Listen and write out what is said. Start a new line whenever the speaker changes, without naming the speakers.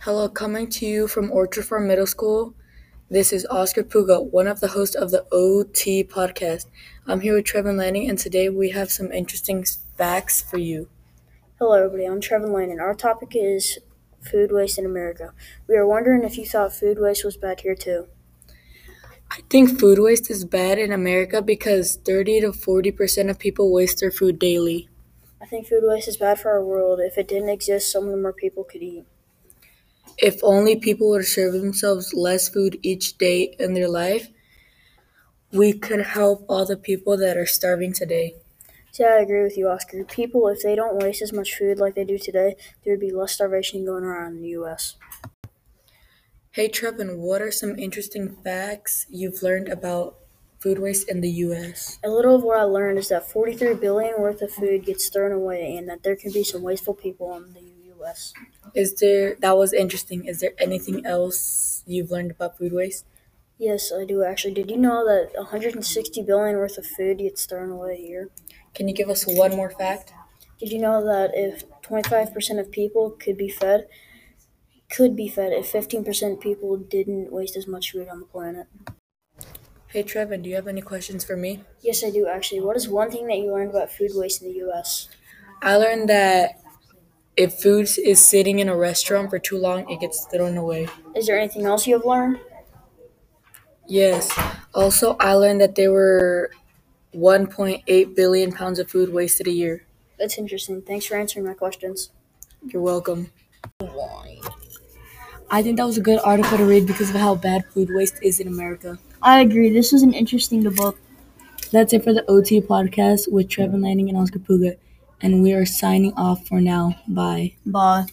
Hello, coming to you from Orchard Farm Middle School. This is Oscar Puga, one of the hosts of the OT podcast. I'm here with Trevin Lanning, and today we have some interesting facts for you.
Hello, everybody. I'm Trevin Lane, and our topic is food waste in America. We are wondering if you thought food waste was bad here too.
I think food waste is bad in America because 30 to 40% of people waste their food daily.
I think food waste is bad for our world. If it didn't exist, so many more people could eat.
If only people would serve themselves less food each day in their life, we could help all the people that are starving today.
See, I agree with you, Oscar. People, if they don't waste as much food like they do today, there would be less starvation going around in the U.S.
Hey Trevin, what are some interesting facts you've learned about food waste in the US?
A little of what I learned is that 43 billion worth of food gets thrown away, and that there can be some wasteful people in the U.S.
Is there that was interesting. Is there anything else you've learned about food waste?
Yes, I do actually. Did you know that 160 billion worth of food gets thrown away a year?
Can you give us one more fact?
Did you know that if 25% of people could be fed, could be fed if 15% of people didn't waste as much food on the planet?
Hey Trevin, do you have any questions for me?
Yes, I do actually. What is one thing that you learned about food waste in the U.S.?
I learned that if food is sitting in a restaurant for too long, it gets thrown away.
Is there anything else you have learned?
Yes. Also, I learned that there were 1.8 billion pounds of food wasted a year.
That's interesting. Thanks for answering my questions.
You're welcome. I think that was a good article to read because of how bad food waste is in America.
I agree. This was an interesting debate.
That's it for the OT podcast with Trevin Lanning and Oscar Puga. And we are signing off for now. Bye.
Bye.